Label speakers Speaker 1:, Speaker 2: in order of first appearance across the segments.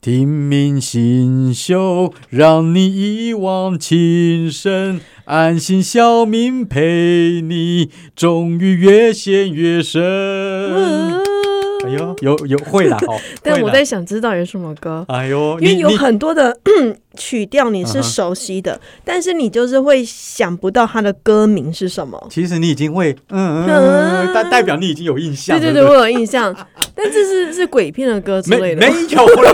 Speaker 1: 听民心秀，让你一往情深。安心小民陪你，终于越陷越深。哎呦，有有会啦，好，
Speaker 2: 但
Speaker 1: 会
Speaker 2: 我
Speaker 1: 啦
Speaker 2: 在想知道有什么歌，
Speaker 1: 哎呦，
Speaker 3: 因为
Speaker 1: 你
Speaker 3: 有
Speaker 1: 你嗯
Speaker 3: 很多 的曲调你是熟悉的，但是你就是会想不到它的歌名是什么。
Speaker 1: 其实你已经会，嗯嗯
Speaker 2: 嗯
Speaker 1: 嗯，代代表你已经有印象
Speaker 2: 对
Speaker 1: 了，
Speaker 2: 对
Speaker 1: 对
Speaker 2: 对，
Speaker 1: 不
Speaker 2: 我有印象， 但这是是鬼片的歌之
Speaker 1: 没
Speaker 2: 类
Speaker 1: 没
Speaker 2: 的。
Speaker 1: 有啦，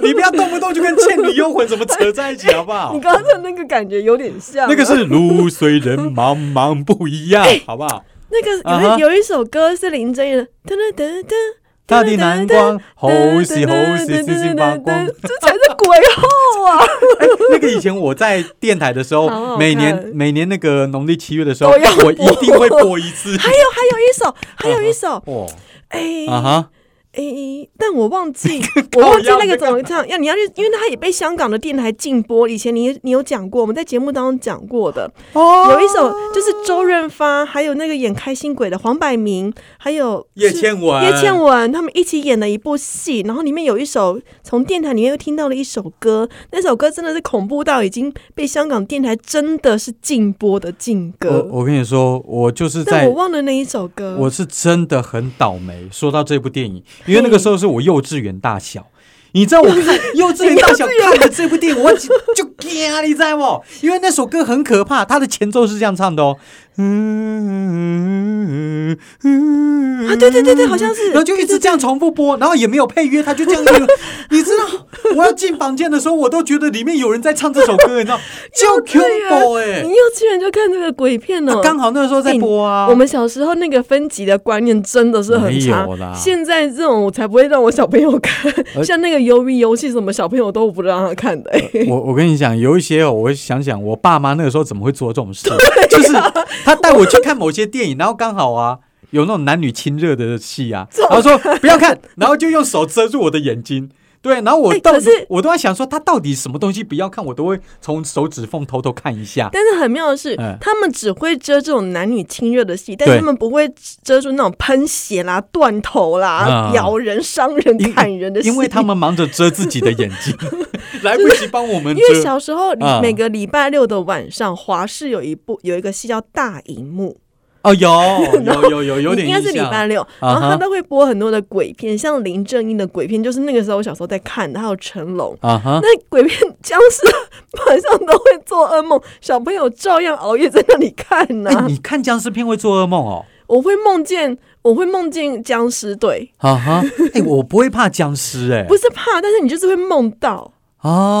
Speaker 1: 你 你不要动不动就跟《倩女幽魂》怎么扯在一起，好不好
Speaker 2: 你？刚刚的那个感觉有点像啊，
Speaker 1: 啊那个是路虽人茫茫不一样，
Speaker 2: 哎
Speaker 1: 好不好？
Speaker 2: 那个
Speaker 1: 啊
Speaker 2: 有
Speaker 1: 哈
Speaker 2: 一有一首歌是林正英的，噔噔噔噔，
Speaker 1: 大地蓝光，吼西吼西，四星发 光。
Speaker 2: 这才是鬼后啊！
Speaker 1: 那个以前我在电台的时
Speaker 2: 好好
Speaker 1: 候，
Speaker 2: 看
Speaker 1: 每年每年那个农历七月的时候，
Speaker 2: 都要播
Speaker 1: 我一定会播一 次。
Speaker 2: 还有还有一首，还有一首，
Speaker 1: 哦，
Speaker 2: 哎
Speaker 1: 啊哈，
Speaker 2: 哎，但我忘记我忘记
Speaker 1: 靠腰
Speaker 2: 那
Speaker 1: 那
Speaker 2: 个
Speaker 1: 个
Speaker 2: 怎么唱，要你要去，因为它也被香港的电台禁播。以前你你有讲过，我们在节目当中讲过的，
Speaker 1: 哦，
Speaker 2: 有一首就是周润发，还有那个演开心鬼的黄百鸣，还有
Speaker 1: 叶
Speaker 2: 是
Speaker 1: 倩文，
Speaker 2: 叶倩文他们一起演了一部戏，然后里面有一首从电台里面又听到了一首歌，那首歌真的是恐怖到已经被香港电台真的是禁播的禁歌，
Speaker 1: 我我跟你说，我就是
Speaker 2: 但
Speaker 1: 在
Speaker 2: 我忘了那一首歌。
Speaker 1: 我是真的很倒霉。说到这部电影，因为那个时候是我幼稚园大 小，你知道我看幼稚园大小看了这部电影，我就惊啊你知道不？因为那首歌很可怕，它的前奏是这样唱的哦，嗯嗯
Speaker 2: 啊，对对对对，好像是，
Speaker 1: 然后就一直这样重复播，然后也没有配乐，他就这样一 路。你知道，我要进房间的时候，我都觉得里面有人在唱这首歌，你知 道，就 c
Speaker 2: 稚
Speaker 1: u
Speaker 2: 园
Speaker 1: b o 哎
Speaker 2: 啊哦你，幼稚园就看这个鬼片哦
Speaker 1: 啊。刚好那时候在播啊。
Speaker 2: 我们小时候那个分级的观念真的是很差
Speaker 1: 没有啦，呃
Speaker 2: 现在这种我才不会让我小朋友 看，
Speaker 1: 而
Speaker 2: 像那个鱿鱼游戏什么小朋友都不让他看的、欸
Speaker 1: 我我跟你讲，有一些哦，我想想，我爸妈那个时候怎么会做这种事？
Speaker 2: 啊
Speaker 1: 就是他带我去看某些电影，然后刚好啊。有那种男女亲热的戏 啊，然后说不要看，然后就用手遮住我的眼睛，对，然后我
Speaker 2: 哎
Speaker 1: 到、
Speaker 2: 可是
Speaker 1: 我都在想说他到底什么东西不要看，我都会从手指缝偷偷看一 下。
Speaker 2: 但是很妙的是，
Speaker 1: 嗯
Speaker 2: 他们只会遮这种男女亲热的戏，但是
Speaker 1: 对
Speaker 2: 他们不会遮住那种喷血啦、断头啦、
Speaker 1: 嗯
Speaker 2: 咬人、伤人、
Speaker 1: 因
Speaker 2: 砍人的戏。
Speaker 1: 因为他们忙着遮自己的眼睛，来不及帮我们
Speaker 2: 因为
Speaker 1: 遮。
Speaker 2: 小时候
Speaker 1: 嗯
Speaker 2: 每个礼拜六的晚上，华视有一部有一个戏叫《大荧幕》，
Speaker 1: 哦， 有有有有有点
Speaker 2: 应该是
Speaker 1: 印
Speaker 2: 礼拜
Speaker 1: 象。
Speaker 2: 六，然
Speaker 1: 啊哈
Speaker 2: 后他都会播很多的鬼片，像林正英的鬼片，就是那个时候我小时候在看的，还有成龙。
Speaker 1: 啊哈，
Speaker 2: 那鬼片僵尸晚上都会做噩梦，小朋友照样熬夜在那里看呢、
Speaker 1: 哎，你看僵尸片会做噩梦哦。
Speaker 2: 我会梦见，我会梦见僵尸，对，
Speaker 1: 啊哈，哎，我不会怕僵尸哎、
Speaker 2: 不是怕，但是你就是会梦到，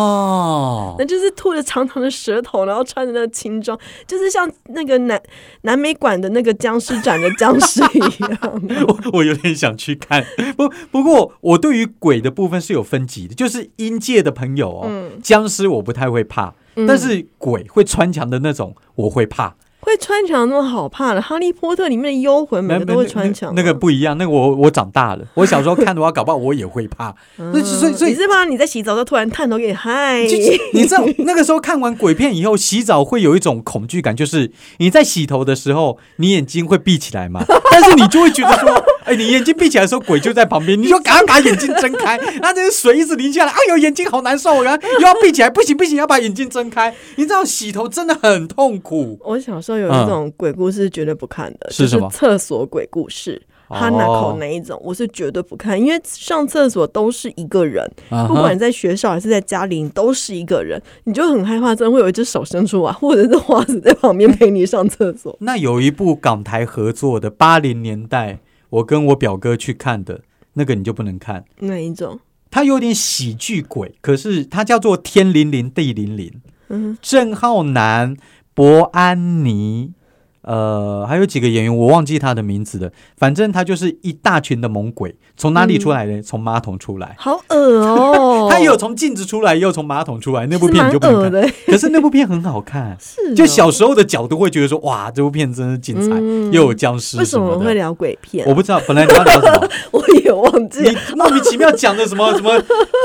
Speaker 1: 哦
Speaker 2: 那，就是吐着长长的舌头，然后穿着那个轻装，就是像那个南南美馆的那个僵尸展的僵尸一样。
Speaker 1: 我 我有点想去看，不不过我对于鬼的部分是有分级的，就是阴界的朋友哦，
Speaker 2: 嗯
Speaker 1: 僵尸我不太会怕，
Speaker 2: 嗯
Speaker 1: 但是鬼会穿墙的那种我会怕，
Speaker 2: 会穿墙那么好怕的，《哈利波特》里面的幽魂每个都会穿墙啊、
Speaker 1: 那个不一样，那个我我长大了，我小时候看的话，搞不好我也会怕，那
Speaker 2: 嗯
Speaker 1: 所以所
Speaker 2: 你
Speaker 1: 以。
Speaker 2: 是怕你在洗澡就突然探头给你嗨？
Speaker 1: 就你知道那个时候看完鬼片以后，洗澡会有一种恐惧感，就是你在洗头的时候，你眼睛会闭起来嘛，但是你就会觉得说，哎、你眼睛闭起来的时候，鬼就在旁边，你就赶快把眼睛睁开，然后这个水一直淋下来，哎呦，眼睛好难受，然后又要闭起来，不行不行，要把眼睛睁开。你知道洗头真的很痛苦，
Speaker 2: 我小时候有一种鬼故事绝对不看的，
Speaker 1: 嗯是什么
Speaker 2: 就是厕所鬼故事。
Speaker 1: 哦
Speaker 2: 哈拿口那一种，我是绝对不看，因为上厕所都是一个人，
Speaker 1: 啊哈
Speaker 2: 不管在学校还是在家里，你都是一个人，你就很害怕，真的会有一只手伸出来，或者是花子在旁边陪你上厕 所。
Speaker 1: 那有一部港台合作的八零年代，我跟我表哥去看的那个，你就不能看。
Speaker 2: 那一种，
Speaker 1: 它有点喜剧鬼，可是它叫做《天灵灵地灵灵》。
Speaker 2: 嗯，
Speaker 1: 郑浩南、伯安妮，呃，还有几个演员我忘记他的名字了。反正他就是一大群的猛鬼，从哪里出来的？从、马桶出来。
Speaker 2: 好恶嗯哦、
Speaker 1: 他也有从镜子出来，也有从马桶出来。那部
Speaker 2: 是
Speaker 1: 片
Speaker 2: 蛮
Speaker 1: 你就不
Speaker 2: 恶
Speaker 1: 能看，
Speaker 2: 的，。
Speaker 1: 可是那部片很好看
Speaker 2: 是哦
Speaker 1: 就小时候的角度会觉得说，哇，这部片真是精彩，
Speaker 2: 嗯
Speaker 1: 又有僵尸
Speaker 2: 为什
Speaker 1: 什
Speaker 2: 么我
Speaker 1: 么
Speaker 2: 们会
Speaker 1: 的。
Speaker 2: 聊鬼片？
Speaker 1: 我不知道，本来你要聊什么？
Speaker 2: 我也忘记了。
Speaker 1: 你莫名其妙讲的什么什么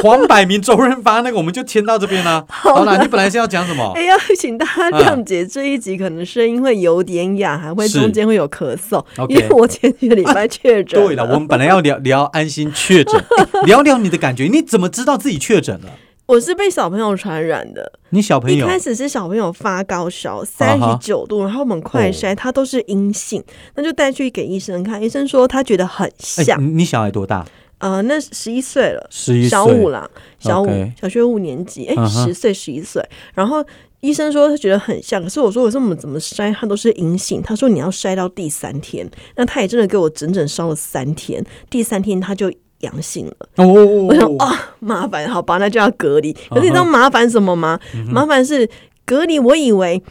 Speaker 1: 黄百鸣、周润发那个，我们就签到这 边啦、好啦，你本来是要讲什么嗯
Speaker 2: 哎？呀，请大家谅解，这一集可能声音会有点惊讶，还会
Speaker 1: 是
Speaker 2: 中间会有咳嗽，
Speaker 1: OK
Speaker 2: 因为我前几个礼拜确 诊、
Speaker 1: 对了，我们本来要聊聊安心确 诊，哎聊聊你的感觉，你怎么知道自己确诊了？
Speaker 2: 我是被小朋友传染的。
Speaker 1: 你小朋
Speaker 2: 一
Speaker 1: 友
Speaker 2: 开始是小朋友发高烧
Speaker 1: 啊
Speaker 2: 三
Speaker 1: 哈哦
Speaker 2: 十九度，然后我们快筛，他都是阴性，那就带去给医生看。医生说他觉得很
Speaker 1: 哎、
Speaker 2: 像，
Speaker 1: 你你小孩多大？
Speaker 2: 呃，那十一岁了，
Speaker 1: 十一岁，
Speaker 2: 小五啦，小五
Speaker 1: OK
Speaker 2: 小学五年级，哎、
Speaker 1: 嗯哼
Speaker 2: 十岁十一岁。然后医生说他觉得很像，可是我说我说我们怎么筛，他都是阴性。他说你要筛到第三天，那他也真的给我整整烧了三天，第三天他就阳性了。
Speaker 1: 哦
Speaker 2: 我想啊，麻烦，好吧，那就要隔离。可是你知道
Speaker 1: 嗯
Speaker 2: 麻烦什么吗？麻烦是隔离。我以为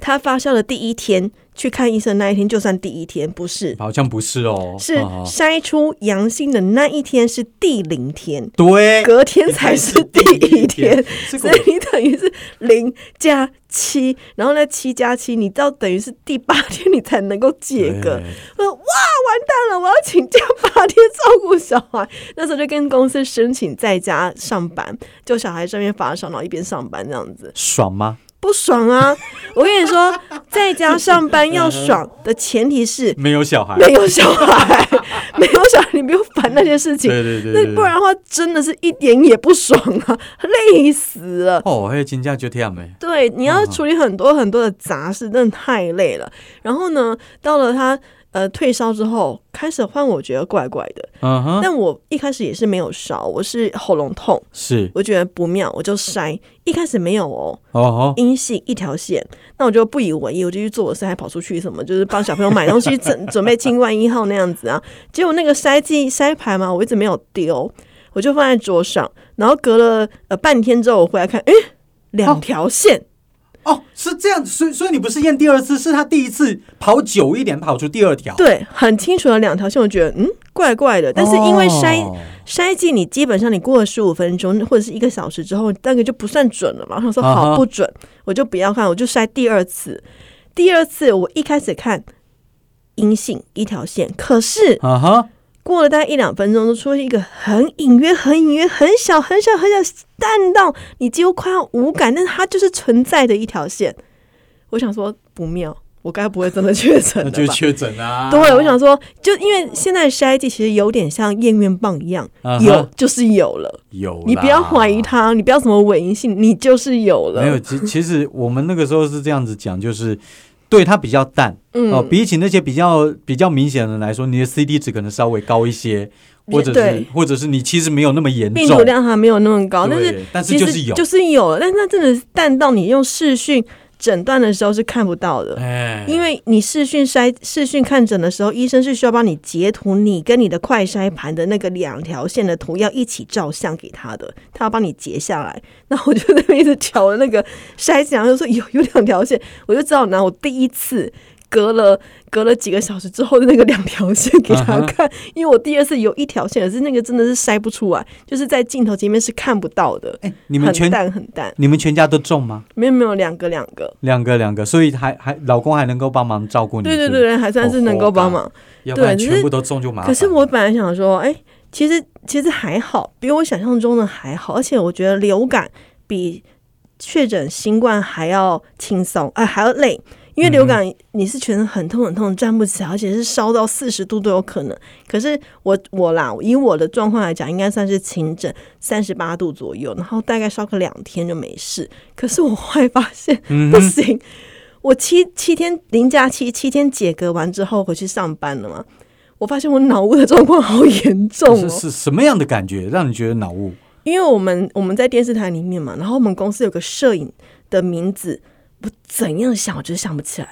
Speaker 2: 他发烧的第一天去看医生那一天就算第一天，不是，
Speaker 1: 好像不是哦，
Speaker 2: 是
Speaker 1: 哦
Speaker 2: 筛出阳性的那一天是第零天，
Speaker 1: 对，
Speaker 2: 隔天才是第一天。，
Speaker 1: 这个
Speaker 2: 所以你等于是零加七，然后呢七加七，你到等于是第八天你才能够解
Speaker 1: 我
Speaker 2: 隔。
Speaker 1: 对
Speaker 2: 我说哇，完蛋了，我要请假八天照顾小孩。那时候就跟公司申请在家上班，就小孩这边发烧，然后一边上班这样子，
Speaker 1: 爽吗？
Speaker 2: 不爽啊！我跟你说，在家上班要爽的前提是
Speaker 1: 没有小孩，
Speaker 2: 没有小孩，没有小孩，你不用烦那些事情。
Speaker 1: 对对对对
Speaker 2: 那
Speaker 1: 对，
Speaker 2: 不然的话，真的是一点也不爽啊， 累死了。
Speaker 1: 哦，还有请假就这样没。
Speaker 2: 对，你要处理很多很多的杂事，真的太累了。然后呢，到了他呃退烧之后，开始换我觉得怪怪的，
Speaker 1: 嗯哼，
Speaker 2: 但我一开始也是没有烧，我是喉咙痛，
Speaker 1: 是
Speaker 2: 我觉得不妙，我就筛，一开始没有哦，
Speaker 1: 哦哦，
Speaker 2: 阴性一条线，那我就不以为意，我就去做我事，还跑出去什么，就是帮小朋友买 东西，准准备清万一号那样子啊。结果那个筛剂筛牌嘛，我一直没有丢，我就放在桌上，然后隔了呃半天之后，我回来看，诶，两条线。
Speaker 1: 哦，是这样，所以所以你不是验第二次，是他第一次跑久一点，跑出第二条。
Speaker 2: 对，很清楚的两条线，我觉得嗯怪怪的，但是因为筛、
Speaker 1: 哦
Speaker 2: 筛剂，你基本上你过了十五分钟或者是一个小时之后，大概就不算准了嘛。然后说
Speaker 1: 啊哈
Speaker 2: 好不准，我就不要看，我就筛第二次。第二次我一开始看阴性一条线，可是
Speaker 1: 啊哈，
Speaker 2: 过了大概一两分钟，就出现一个很隐约、很隐约、很小、很小、很小，淡到你几乎快要无感，但是它就是存在的一条线。我想说不妙，我该不会真的确诊
Speaker 1: 那
Speaker 2: 了吧？
Speaker 1: 就是确诊啊。
Speaker 2: 对，我想说，就因为现在筛剂其实有点像验孕棒一样
Speaker 1: 啊哈
Speaker 2: 有就是有了，
Speaker 1: 有啦，
Speaker 2: 你不要怀疑它，你不要什么伪阴性，你就是有了。
Speaker 1: 没有，其其实我们那个时候是这样子讲，就是对它比较淡、
Speaker 2: 嗯，
Speaker 1: 哦，比起那些比较比较明显的来说，你的 CD 值可能稍微高一些，或者是
Speaker 2: 对
Speaker 1: 或者是你其实没有那么严重，
Speaker 2: 病毒量还没有那么高，但是
Speaker 1: 对但是
Speaker 2: 其
Speaker 1: 就
Speaker 2: 实
Speaker 1: 是有，
Speaker 2: 就是有了，但是它真的是淡到你用视讯诊断的时候是看不到的。
Speaker 1: 哎，
Speaker 2: 因为你视讯筛视讯看诊的时候，医生是需要帮你截图你跟你的快筛盘的那个两条线的图，要一起照相给他的，他要帮你截下来。 那我就在那边一直瞧那个筛检，然后就说有有两条线，我就知道拿我第一次。隔了隔了几个小时之后的那个两条线给他看
Speaker 1: 啊
Speaker 2: 因为我第二次有一条线，可是那个真的是筛不出来，就是在镜头前面是看不到的，
Speaker 1: 哎，你们
Speaker 2: 很
Speaker 1: 全
Speaker 2: 淡很淡，
Speaker 1: 你们全家都中吗？
Speaker 2: 没有没有两个两个，
Speaker 1: 两个两个，所以还还老公还能够帮忙照顾你，
Speaker 2: 对对
Speaker 1: 嗯是不是，哦
Speaker 2: 对，还算是能够帮忙。
Speaker 1: 要不然
Speaker 2: 对只
Speaker 1: 全
Speaker 2: 是
Speaker 1: 部都中就麻烦。
Speaker 2: 可是我本来想说，哎、其实其实还好，比我想象中的还好，而且我觉得流感比确诊新冠还要轻松，哎、还要累。因为流
Speaker 1: 嗯
Speaker 2: 感你是全身很痛很痛，站不起来，而且是烧到四十度都有可能。可是我我啦，以我的状况来讲，应该算是轻症，三十八度左右，然后大概烧个两天就没事。可是我后来发现
Speaker 1: 嗯
Speaker 2: 不
Speaker 1: 哼，
Speaker 2: 行，我七七天零假期七天解隔完之后回去上班了嘛，我发现我脑雾的状况好严重哦
Speaker 1: 是，是什么样的感觉让你觉得脑雾？
Speaker 2: 因为我们我们在电视台里面嘛，然后我们公司有个摄影的名字，我怎样想我就是想不起来，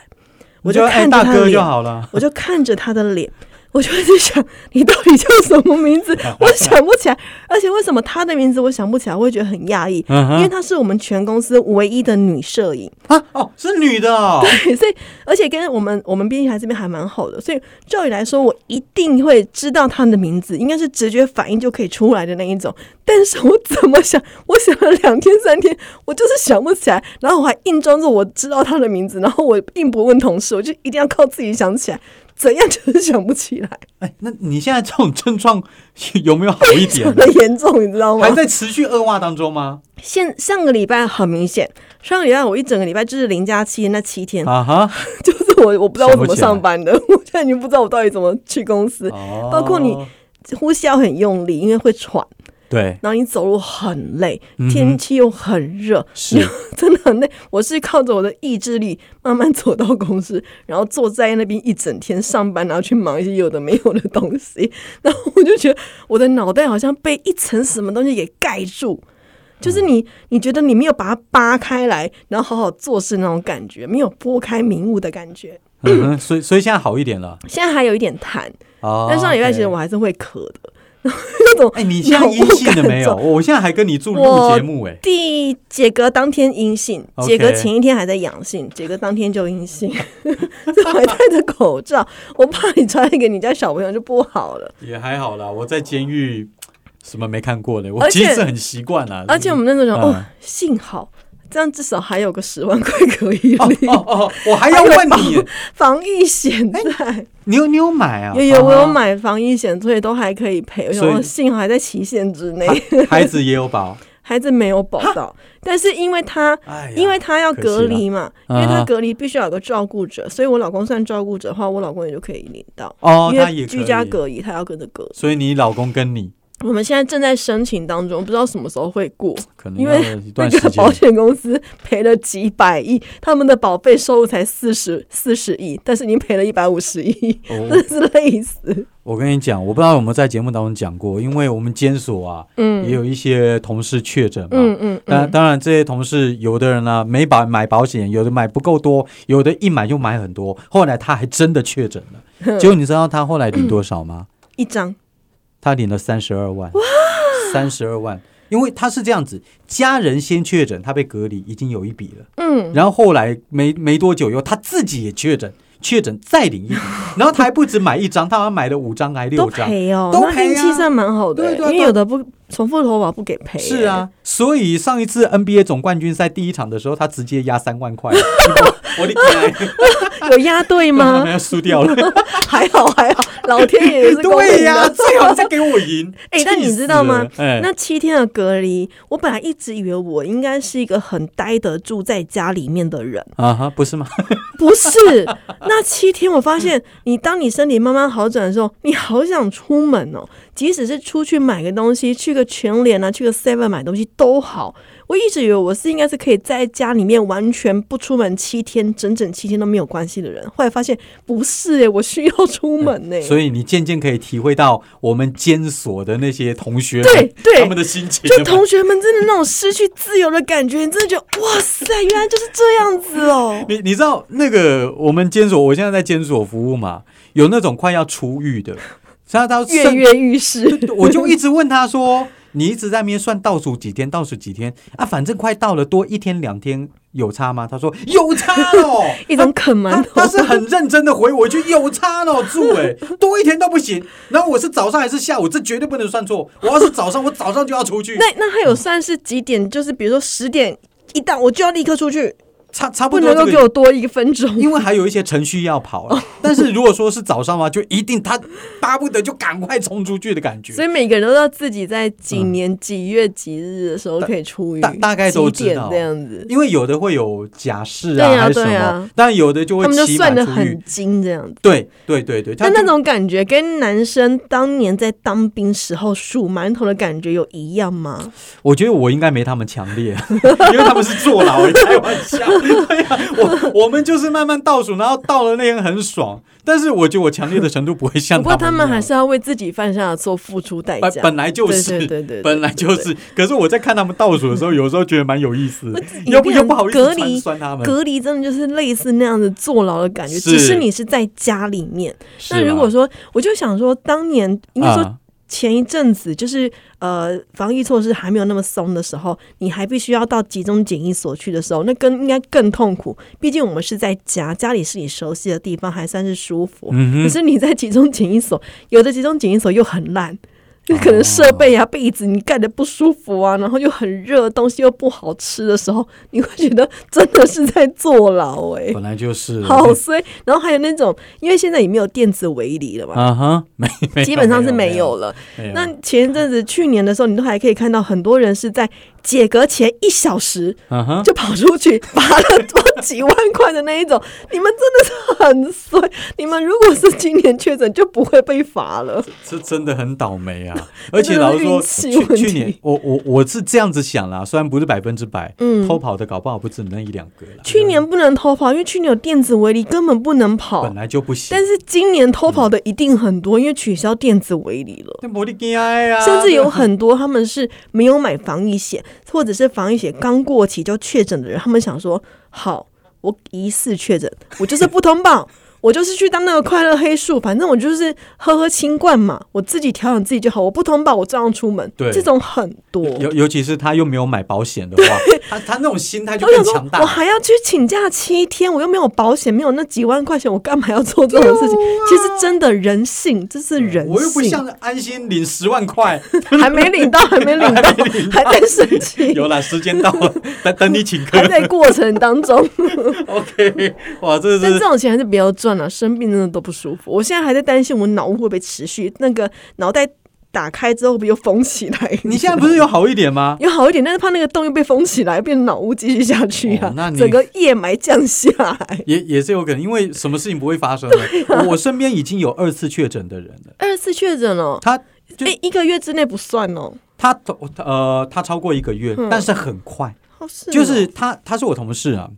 Speaker 2: 我
Speaker 1: 你就哎
Speaker 2: 看着
Speaker 1: 大
Speaker 2: 他的
Speaker 1: 哥就
Speaker 2: 脸，
Speaker 1: 好了。
Speaker 2: 我就看着他的脸。我就一直想，你到底叫什么名字？
Speaker 1: 啊
Speaker 2: 我想不起来，而且为什么他的名字我想不起来，我会觉得很讶异，
Speaker 1: 嗯
Speaker 2: 因为
Speaker 1: 哼，
Speaker 2: 她是我们全公司唯一的女摄影。
Speaker 1: 啊哦，是女的哦，
Speaker 2: 所以而且跟我们我们编辑台这边还蛮好的，所以照理来说，我一定会知道他的名字，应该是直觉反应就可以出来的那一种。但是我怎么想，我想了两天三天，我就是想不起来，然后我还硬装作我知道他的名字，然后我硬不问同事，我就一定要靠自己想起来，怎样 就是想不起来，
Speaker 1: 哎，那你现在这种症状 有没有好一点啊
Speaker 2: 真
Speaker 1: 呢？
Speaker 2: 的严重，你知道吗
Speaker 1: 还？在持续恶化当中吗？
Speaker 2: 现上个礼拜很明显，上个礼拜我一整个礼拜就是零加七那七天，
Speaker 1: 啊哈，
Speaker 2: 就是我我不知道我怎么上班的， 我现在已经不知道我到底怎么去公司。
Speaker 1: 哦
Speaker 2: 包括你呼吸要很用力，因为会喘，
Speaker 1: 对
Speaker 2: 然后你走路很累
Speaker 1: 嗯哼，
Speaker 2: 天气又很热，
Speaker 1: 是
Speaker 2: 真的很累。我是靠着我的意志力慢慢走到公司，然后坐在那边一整天上班，然后去忙一些有的没有的东西。然后我就觉得我的脑袋好像被一层什么东西给盖住，就是
Speaker 1: 嗯
Speaker 2: 你你觉得你没有把它扒开来，然后好好做事那种感觉，没有拨开迷雾的感觉。
Speaker 1: 嗯哼，所以所以现在好一点了
Speaker 2: 现在还有一点痰，
Speaker 1: 哦。
Speaker 2: 但上礼拜其实
Speaker 1: OK
Speaker 2: 我还是会咳的，那种
Speaker 1: 哎、你现在阴性了没有？
Speaker 2: 脑雾感
Speaker 1: 我我现在还跟你住录
Speaker 2: 我
Speaker 1: 节目哎、
Speaker 2: 第解隔当天阴性，
Speaker 1: OK
Speaker 2: 解隔前一天还在阳性，解隔当天就阴性， 这还戴着口罩，我怕你传染给你家小朋友就不好了。
Speaker 1: 也还好啦。我在监狱什么没看过的，我
Speaker 2: 而且
Speaker 1: 其实很习惯啦。
Speaker 2: 而且我们那时候想，
Speaker 1: 嗯
Speaker 2: 哦，幸好这样至少还有个十万块可以领、
Speaker 1: 哦哦，我还要问你，
Speaker 2: 防疫险在，
Speaker 1: 你有你有买啊？
Speaker 2: 有有我有买防疫险，所以都还可以赔。我想
Speaker 1: 所
Speaker 2: 说
Speaker 1: 以
Speaker 2: 幸好还在期限之 内，
Speaker 1: 啊，孩子也有保。
Speaker 2: 孩子没有保到，但是因为他。
Speaker 1: 哎呀，
Speaker 2: 因为他要隔离嘛，
Speaker 1: 可惜
Speaker 2: 因
Speaker 1: 啦
Speaker 2: 为
Speaker 1: 啊
Speaker 2: 他隔离必须要有个照顾者，所以我老公算照顾者的话，我老公也就可以领到。
Speaker 1: 哦，
Speaker 2: 因
Speaker 1: 他也
Speaker 2: 为
Speaker 1: 可
Speaker 2: 居家
Speaker 1: 以，
Speaker 2: 隔离，他要跟着隔。
Speaker 1: 所以你老公跟你
Speaker 2: 我们现在正在申请当中，不知道什么时候会过。
Speaker 1: 可能
Speaker 2: 因
Speaker 1: 要
Speaker 2: 为
Speaker 1: 一
Speaker 2: 那
Speaker 1: 段时
Speaker 2: 个
Speaker 1: 间
Speaker 2: 保。险公司赔了几百亿，他们的保费收入才四十四十亿，但是已经赔了一百五十亿，
Speaker 1: 哦啊
Speaker 2: 真的是累死。
Speaker 1: 我跟你讲，我不知道有没有在节目当中讲过，因为我们监所啊，也有一些同事确诊嘛。
Speaker 2: 嗯嗯
Speaker 1: 当
Speaker 2: 嗯，
Speaker 1: 当然，这些同事有的人呢、没保买保险，有的买不够多，有的一买就买很多。后来他还真的确诊 了，结果你知道他后来领多少吗？
Speaker 2: 一张
Speaker 1: 他领了三十二万，三十二万。因为他是这样子，家人先确诊，他被隔离已经有一笔了，嗯，然后后来没没多久以后，他自己也确诊，确诊再领一笔，然后他还不止买一张，他好像买了五张还
Speaker 2: 都
Speaker 1: 六张，
Speaker 2: 赔哦，
Speaker 1: 都
Speaker 2: 那
Speaker 1: 赔啊
Speaker 2: 运气算蛮好的欸，
Speaker 1: 对对对
Speaker 2: 因为有的不重复投保不给赔。
Speaker 1: 是，啊，所以上一次 NBA 总冠军赛第一场的时候，他直接压三万块， 我的 天，啊
Speaker 2: 欸有押 对吗
Speaker 1: 没？有输掉 了。
Speaker 2: 还好还好，老天爷也 是公
Speaker 1: 对
Speaker 2: 平
Speaker 1: 呀、
Speaker 2: 的。
Speaker 1: 最好再给我赢。
Speaker 2: 哎
Speaker 1: 气
Speaker 2: 但你
Speaker 1: 死
Speaker 2: 知道吗
Speaker 1: 了？哎
Speaker 2: 那七天的隔离，我本来一直以为我应该是一个很呆得住在家里面 的人，
Speaker 1: 啊哈，不是吗？
Speaker 2: 不是？那七天我发现，你当你身体慢慢好转的时候，你好想出门哦，即使是出去买个东西，去个全联啊，去个 Seven 买东西都好。我一直以为我是应该是可以在家里面完全不出门七天，整整七天都没有关系的人，后来发现不是诶、我需要出门呢、
Speaker 1: 所以你渐渐可以体会到我们监所的那些同学们
Speaker 2: 对对
Speaker 1: 他们的心情了
Speaker 2: 就
Speaker 1: 吗。
Speaker 2: 同学们真的那种失去自由的感觉，你真的觉得哇塞，原来就是这样子哦。
Speaker 1: 你你知道那个我们监所，我现在在监所服务嘛，有那种快要出狱的，他他
Speaker 2: 跃跃欲试，
Speaker 1: 对我就一直问他说：“你一直在那边算倒数几天，倒数几天啊？反正快到了，多一天两天有差吗？”他说：“有差哦。
Speaker 2: 一种啃馒
Speaker 1: 他”
Speaker 2: 头。
Speaker 1: 他是很认真的回我一句：“有差哦，住哎、多一天都不行。”然后我是早上还是下午，这绝对不能算错。我要是早上，我早上就要出去，
Speaker 2: 那那他有算是几点？就是比如说十点一到，我就要立刻出去，
Speaker 1: 差差
Speaker 2: 不
Speaker 1: 不
Speaker 2: 能
Speaker 1: 多
Speaker 2: 够
Speaker 1: 这
Speaker 2: 给
Speaker 1: 个。
Speaker 2: 我哦多一个分钟。
Speaker 1: 因为还有一些程序要跑了，但是如果说是早上嘛，就一定他巴不得就赶快冲出去的感觉。
Speaker 2: 所以每个人都要自己在几年几月几日的时候可以出狱，
Speaker 1: 大大概都知
Speaker 2: 几点
Speaker 1: 道
Speaker 2: 这样子，
Speaker 1: 因为有的会有假释啊，
Speaker 2: 对啊
Speaker 1: 还是什
Speaker 2: 对
Speaker 1: 么
Speaker 2: 啊，
Speaker 1: 但有的就会
Speaker 2: 他们就
Speaker 1: 期
Speaker 2: 算
Speaker 1: 满
Speaker 2: 的
Speaker 1: 出狱
Speaker 2: 很。精这样子。
Speaker 1: 对对对对，他
Speaker 2: 但那种感觉跟男生当年在当兵时候数馒头的感觉有一样吗？
Speaker 1: 我觉得我应该没他们强烈， 因为他们是坐牢，开玩 笑。对呀、我我们就是慢慢倒数，然后到了那天很爽，但是我觉得我强烈的程度不会像
Speaker 2: 不过他
Speaker 1: 们
Speaker 2: 们
Speaker 1: 一样
Speaker 2: 还是要为自己犯下的错付出代
Speaker 1: 本
Speaker 2: 价。
Speaker 1: 本来就是。
Speaker 2: 对对对对，对
Speaker 1: 本来就。
Speaker 2: 对对
Speaker 1: 是，可是我在看他们倒数的时候，有时候觉得蛮有意思的，
Speaker 2: 你
Speaker 1: 又不
Speaker 2: 看
Speaker 1: 又不好意
Speaker 2: 隔
Speaker 1: 思穿
Speaker 2: 离
Speaker 1: 酸他们。
Speaker 2: 隔离真的就是类似那样的坐牢的感觉，
Speaker 1: 是
Speaker 2: 只是你是在家里面。
Speaker 1: 是
Speaker 2: 那如
Speaker 1: 吧
Speaker 2: 果说，我就想说，当年应该说
Speaker 1: 啊
Speaker 2: 前一阵子，就是、呃，防疫措施还没有那么松的时候，你还必须要到集中检疫所去的时候，那更应该更痛苦。毕竟我们是在家，家里是你熟悉的地方，还算是舒服。
Speaker 1: 嗯
Speaker 2: 可
Speaker 1: 哼，
Speaker 2: 是你在集中检疫所，有的集中检疫所又很烂，就可能设备啊、被子你盖的不舒服啊，然后又很热，东西又不好吃的时候，你会觉得 真的是在坐牢哎、
Speaker 1: 本来就是
Speaker 2: 好衰。然后还有那种，因为现在也没有电子围篱了嘛。
Speaker 1: 啊哈，没没有
Speaker 2: 基本上是
Speaker 1: 没
Speaker 2: 没有了。
Speaker 1: 没有
Speaker 2: 那前一阵子去年的时候，你都还可以看到很多人是在解隔前一小时
Speaker 1: 嗯哼，
Speaker 2: 就跑出去罚了多几万块的那一种， 你们真的是很衰。你们如果是今年确诊，就不会被罚了。
Speaker 1: 这真的很倒霉 啊！而且老实说，
Speaker 2: 运气问
Speaker 1: 去
Speaker 2: 题
Speaker 1: 去年我我我是这样子想啦，虽然不是百分之百，
Speaker 2: 嗯
Speaker 1: 偷跑的搞不好不止那一两个啦。
Speaker 2: 去年不能偷跑，因为去年有电子围篱，根本不能跑
Speaker 1: 本。来就不行，
Speaker 2: 哦但是今年偷跑的一定很多，因为取消电子围篱了。
Speaker 1: 那魔力惊啊哎呀，
Speaker 2: 甚至有很多他们是没有买防疫险，或者是防疫险刚过期就确诊的人，他们想说：好，我疑似确诊，我就是不通报，我就是去当那个快乐黑树，反正我就是喝喝清冠嘛，我自己调整自己就好，我不通报，我照样出门。
Speaker 1: 对
Speaker 2: 这种很多。
Speaker 1: 尤尤其是他又没有买保险的 话，他他那种心态就
Speaker 2: 我
Speaker 1: 更
Speaker 2: 想说
Speaker 1: 强，大
Speaker 2: 我。还要去请假七天，我又没有保险，没有那几万块钱，我干嘛要做这种事情？其实真的人性，这是人性。
Speaker 1: 啊我又不像安心领十万 块，
Speaker 2: 还没领到，还没 领到，还在生气。
Speaker 1: 有啦，时间到 了，等等你请客
Speaker 2: 还。在过程当 中，
Speaker 1: OK，哇，这
Speaker 2: 但这
Speaker 1: 是
Speaker 2: 种钱还是不要赚了、啊生病真的都不舒服。我现在还在担心我脑雾会不会持续，那个脑袋打开之后会不会又封起来？
Speaker 1: 你现在不是有好一点吗？
Speaker 2: 有好一点，但是怕那个洞又被封起来，变脑雾继续下去啊，
Speaker 1: 哦那你
Speaker 2: 整个叶埋降下 来。
Speaker 1: 也也是有可能，因为什么事情不会发生 的。我身边已经有二次确诊的人了，
Speaker 2: 二次确诊哦，
Speaker 1: 他就
Speaker 2: 哎、一个月之内不算哦，
Speaker 1: 他呃他超过一个月，
Speaker 2: 嗯
Speaker 1: 但是很快，
Speaker 2: 好是哦
Speaker 1: 就是他他是我同事啊，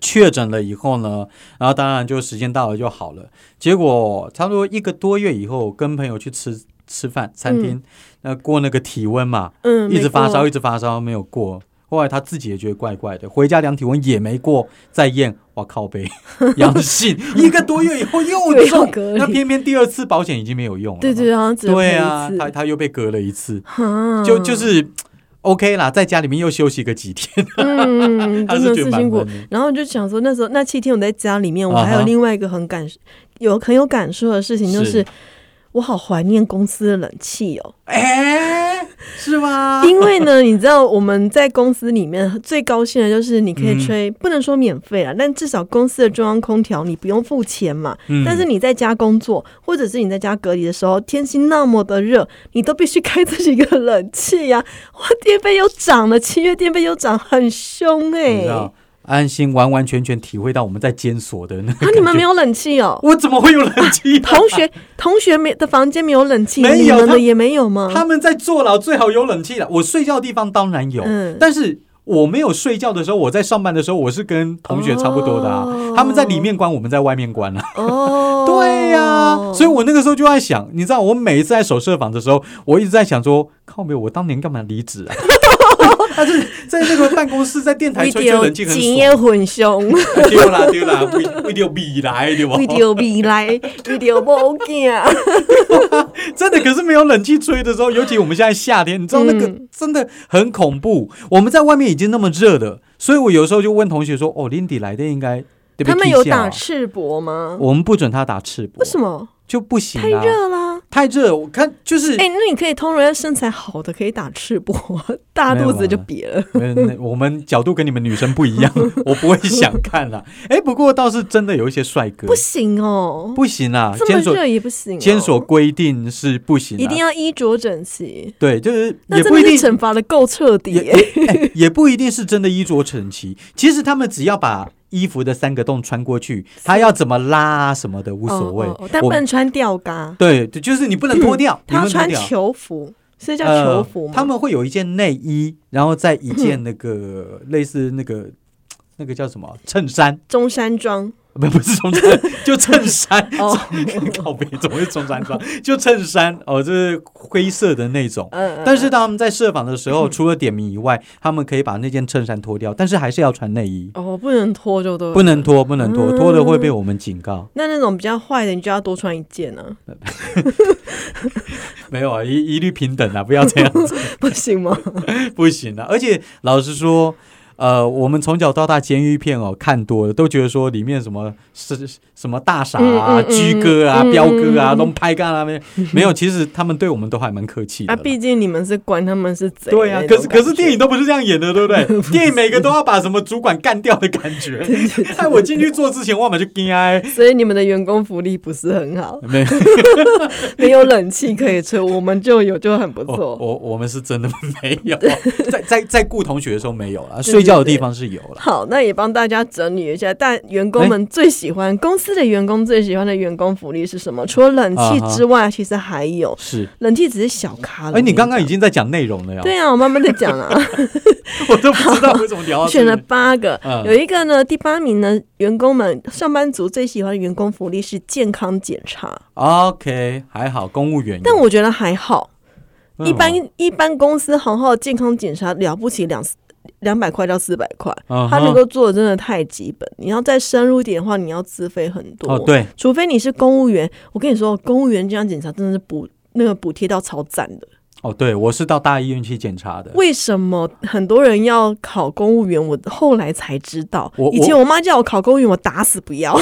Speaker 1: 确诊了以后呢，然后当然就时间到了就好了。结果差不多一个多月以后，跟朋友去吃吃饭餐厅，那、过那个体温嘛，
Speaker 2: 嗯，
Speaker 1: 一直发烧，
Speaker 2: 没
Speaker 1: 一直发烧没有过。后来他自己也觉得怪怪的，回家量体温也没过，再验，哇靠 呗，阳性，一个多月以后又
Speaker 2: 对要
Speaker 1: 中
Speaker 2: 隔，离
Speaker 1: 那偏偏第二次保险已经没有用了嘛。
Speaker 2: 过，对对对，好像只能
Speaker 1: 对
Speaker 2: 陪
Speaker 1: 啊
Speaker 2: 一，次
Speaker 1: 他他又被隔了一次，
Speaker 2: 哈
Speaker 1: 就就是 OK 啦，在家里面又休息个几天，
Speaker 2: 嗯，
Speaker 1: 他
Speaker 2: 真
Speaker 1: 是
Speaker 2: 的
Speaker 1: 觉得
Speaker 2: 是
Speaker 1: 蛮
Speaker 2: 辛苦
Speaker 1: 闷。的。
Speaker 2: 然后就想说，那时候那七天我在家里面，我还
Speaker 1: 啊
Speaker 2: 有
Speaker 1: 哈
Speaker 2: 另外一个很感、有很有感受的事情，就是是我好怀念公司的冷气哦，
Speaker 1: 哎，是吗？
Speaker 2: 因为呢，你知道我们在公司里面最高兴的就是你可以
Speaker 1: 嗯
Speaker 2: 吹，不能说免费啊，但至少公司的中央空调你不用付钱嘛。
Speaker 1: 嗯
Speaker 2: 但是你在家工作，或者是你在家隔离的时候，天气那么的热，你都必须开自己一个冷气呀、哇，电费又涨了，七月电费又涨，很凶哎、
Speaker 1: 你知道，安心完完全全体会到我们在监所的那个
Speaker 2: 啊，你们没
Speaker 1: 有？
Speaker 2: 有冷气哦？
Speaker 1: 我怎么会有冷气？
Speaker 2: 同学同学没的房间没有冷气，
Speaker 1: 没有
Speaker 2: 你们
Speaker 1: 他
Speaker 2: 的也没有吗？
Speaker 1: 他们在坐牢最好有冷气了。我睡觉的地方当然有，
Speaker 2: 嗯
Speaker 1: 但是我没有睡觉的时候，我在上班的时候，我是跟同学差不多的啊。
Speaker 2: 哦
Speaker 1: 他们在里面关，我们在外面关啊。，
Speaker 2: 哦
Speaker 1: 对呀、所以我那个时候就在想，你知道，我每一次在守社房的时候，我一直在想说，靠没有，我当年干嘛离职啊？但是在那个办公室，在电台
Speaker 2: 你
Speaker 1: 吹吹冷气
Speaker 2: 就
Speaker 1: 很
Speaker 2: 经
Speaker 1: 爽
Speaker 2: 验。混凶，
Speaker 1: 丢啦丢啦，为为丢米来对吧？
Speaker 2: 为着未来，为着某 囝，
Speaker 1: 真的，可是没有冷气吹的时候，尤其我们现在夏天，你知道那个
Speaker 2: 嗯
Speaker 1: 真的很恐怖。我们在外面已经那么热了，所以我有时候就问同学说：“哦，Lindy 来的应该对不对
Speaker 2: 他们有
Speaker 1: 气象啊
Speaker 2: 打赤膊吗？
Speaker 1: 我们不准他打赤膊，
Speaker 2: 为什么？
Speaker 1: 就不行、啊？
Speaker 2: 太，热啦！
Speaker 1: 太热，我看就是。
Speaker 2: 哎，那你可以通人家身材好的可以打赤膊， 大肚子就别了。
Speaker 1: 嗯， 那我们角度跟你们女生不一样，我不会想看啦。哎，不过倒是真的有一些帅哥，
Speaker 2: 不行哦，
Speaker 1: 不行啊，
Speaker 2: 这么
Speaker 1: 监所
Speaker 2: 热也不行哦。
Speaker 1: 监所规定是不行、啊，
Speaker 2: 一定要衣着整齐，
Speaker 1: 对，就是
Speaker 2: 那
Speaker 1: 也
Speaker 2: 真
Speaker 1: 不
Speaker 2: 的
Speaker 1: 一定
Speaker 2: 是惩罚的够彻底
Speaker 1: 也
Speaker 2: 耶。
Speaker 1: 也、哎 也不一定是真的衣着整齐，其实他们只要把衣服的三个洞穿过去，他要怎么拉啊什么的无所谓。
Speaker 2: 哦哦哦但
Speaker 1: 我
Speaker 2: 不能穿吊嘎。
Speaker 1: 对，对就是你不 能脱掉，你
Speaker 2: 他
Speaker 1: 不能
Speaker 2: 要
Speaker 1: 脱
Speaker 2: 穿
Speaker 1: 掉。
Speaker 2: 球服，是叫
Speaker 1: 呃
Speaker 2: 球服吗？
Speaker 1: 他们会有一件内衣，然后再一件那 个、类似那个那个叫什么衬衫，
Speaker 2: 中 山装，
Speaker 1: 不不是中山，就衬衫。
Speaker 2: 哦
Speaker 1: 靠背怎么会中山 装？就衬衫哦，就是灰色的那种。
Speaker 2: 嗯，
Speaker 1: 但是当他们在设访的时 候，除了点名以外，他们可以把那件衬衫脱掉，但是还是要穿内衣，
Speaker 2: 哦，不能脱就对了。
Speaker 1: 不能脱，不能脱，
Speaker 2: 嗯
Speaker 1: 脱了会被我们警 告。
Speaker 2: 那那种比较坏的，你就要多穿一件啊 呢、
Speaker 1: 没有啊， 一一律平等啊，不要这样子，
Speaker 2: 不行吗？
Speaker 1: 不行啊。而且老实说，呃，我们从小到大监狱片哦看多了，都觉得说里面什么是什么大傻啊、
Speaker 2: 嗯嗯嗯
Speaker 1: 居哥啊、
Speaker 2: 嗯嗯
Speaker 1: 彪哥啊、
Speaker 2: 嗯
Speaker 1: 龙拍干啊，没有没有，其实他们对我们都还蛮客气的
Speaker 2: 啊，
Speaker 1: 啦。
Speaker 2: 毕竟你们是官，他们是贼。
Speaker 1: 对啊，可是可是电影都不是这样演的，对不对？ 电影每个都要把什么主管干掉的感觉。害我进去做之前，我们就惊哎，
Speaker 2: 所以你们的员工福利不是很好，
Speaker 1: 没
Speaker 2: 没有冷气可以吹，我们就有，就很不
Speaker 1: 我
Speaker 2: 错。
Speaker 1: 我我们是真的没 有，在在在雇同学的时候没有了，睡觉的地方是有了。
Speaker 2: 好，那也帮大家整理一下，但员工们最喜欢、公司的员工最喜欢的员工福利是什么？除了冷
Speaker 1: 啊
Speaker 2: 气之外，其实还有
Speaker 1: 是，
Speaker 2: 冷气只是小咖了。
Speaker 1: 哎，你刚刚已
Speaker 2: 经
Speaker 1: 经在讲内容了呀，
Speaker 2: 对啊，我慢慢的讲啊。
Speaker 1: 我都不知道为什么聊到这
Speaker 2: 选
Speaker 1: 里
Speaker 2: 了八个，
Speaker 1: 哦嗯
Speaker 2: 有一个呢，第八名呢，员工们上班族最喜欢的员工福利是健康检查，
Speaker 1: 嗯 OK，还好公务员有，
Speaker 2: 但我觉得还好，
Speaker 1: 嗯
Speaker 2: 一般一般公司行号健康检查了不起两两百块到四百块，
Speaker 1: 嗯哼
Speaker 2: 他能够做的真的太基本，你要再深入一点的话，你要自费很多。
Speaker 1: 哦，对，
Speaker 2: 除非你是公务员，我跟你说，公务员健康检查真的是补那个补贴到超赞的。
Speaker 1: 哦对，我是到大医院去检查的。
Speaker 2: 为什么很多人要考公务员？我后来才知道
Speaker 1: 我，
Speaker 2: 以前我妈叫我考公务员，我打死不要。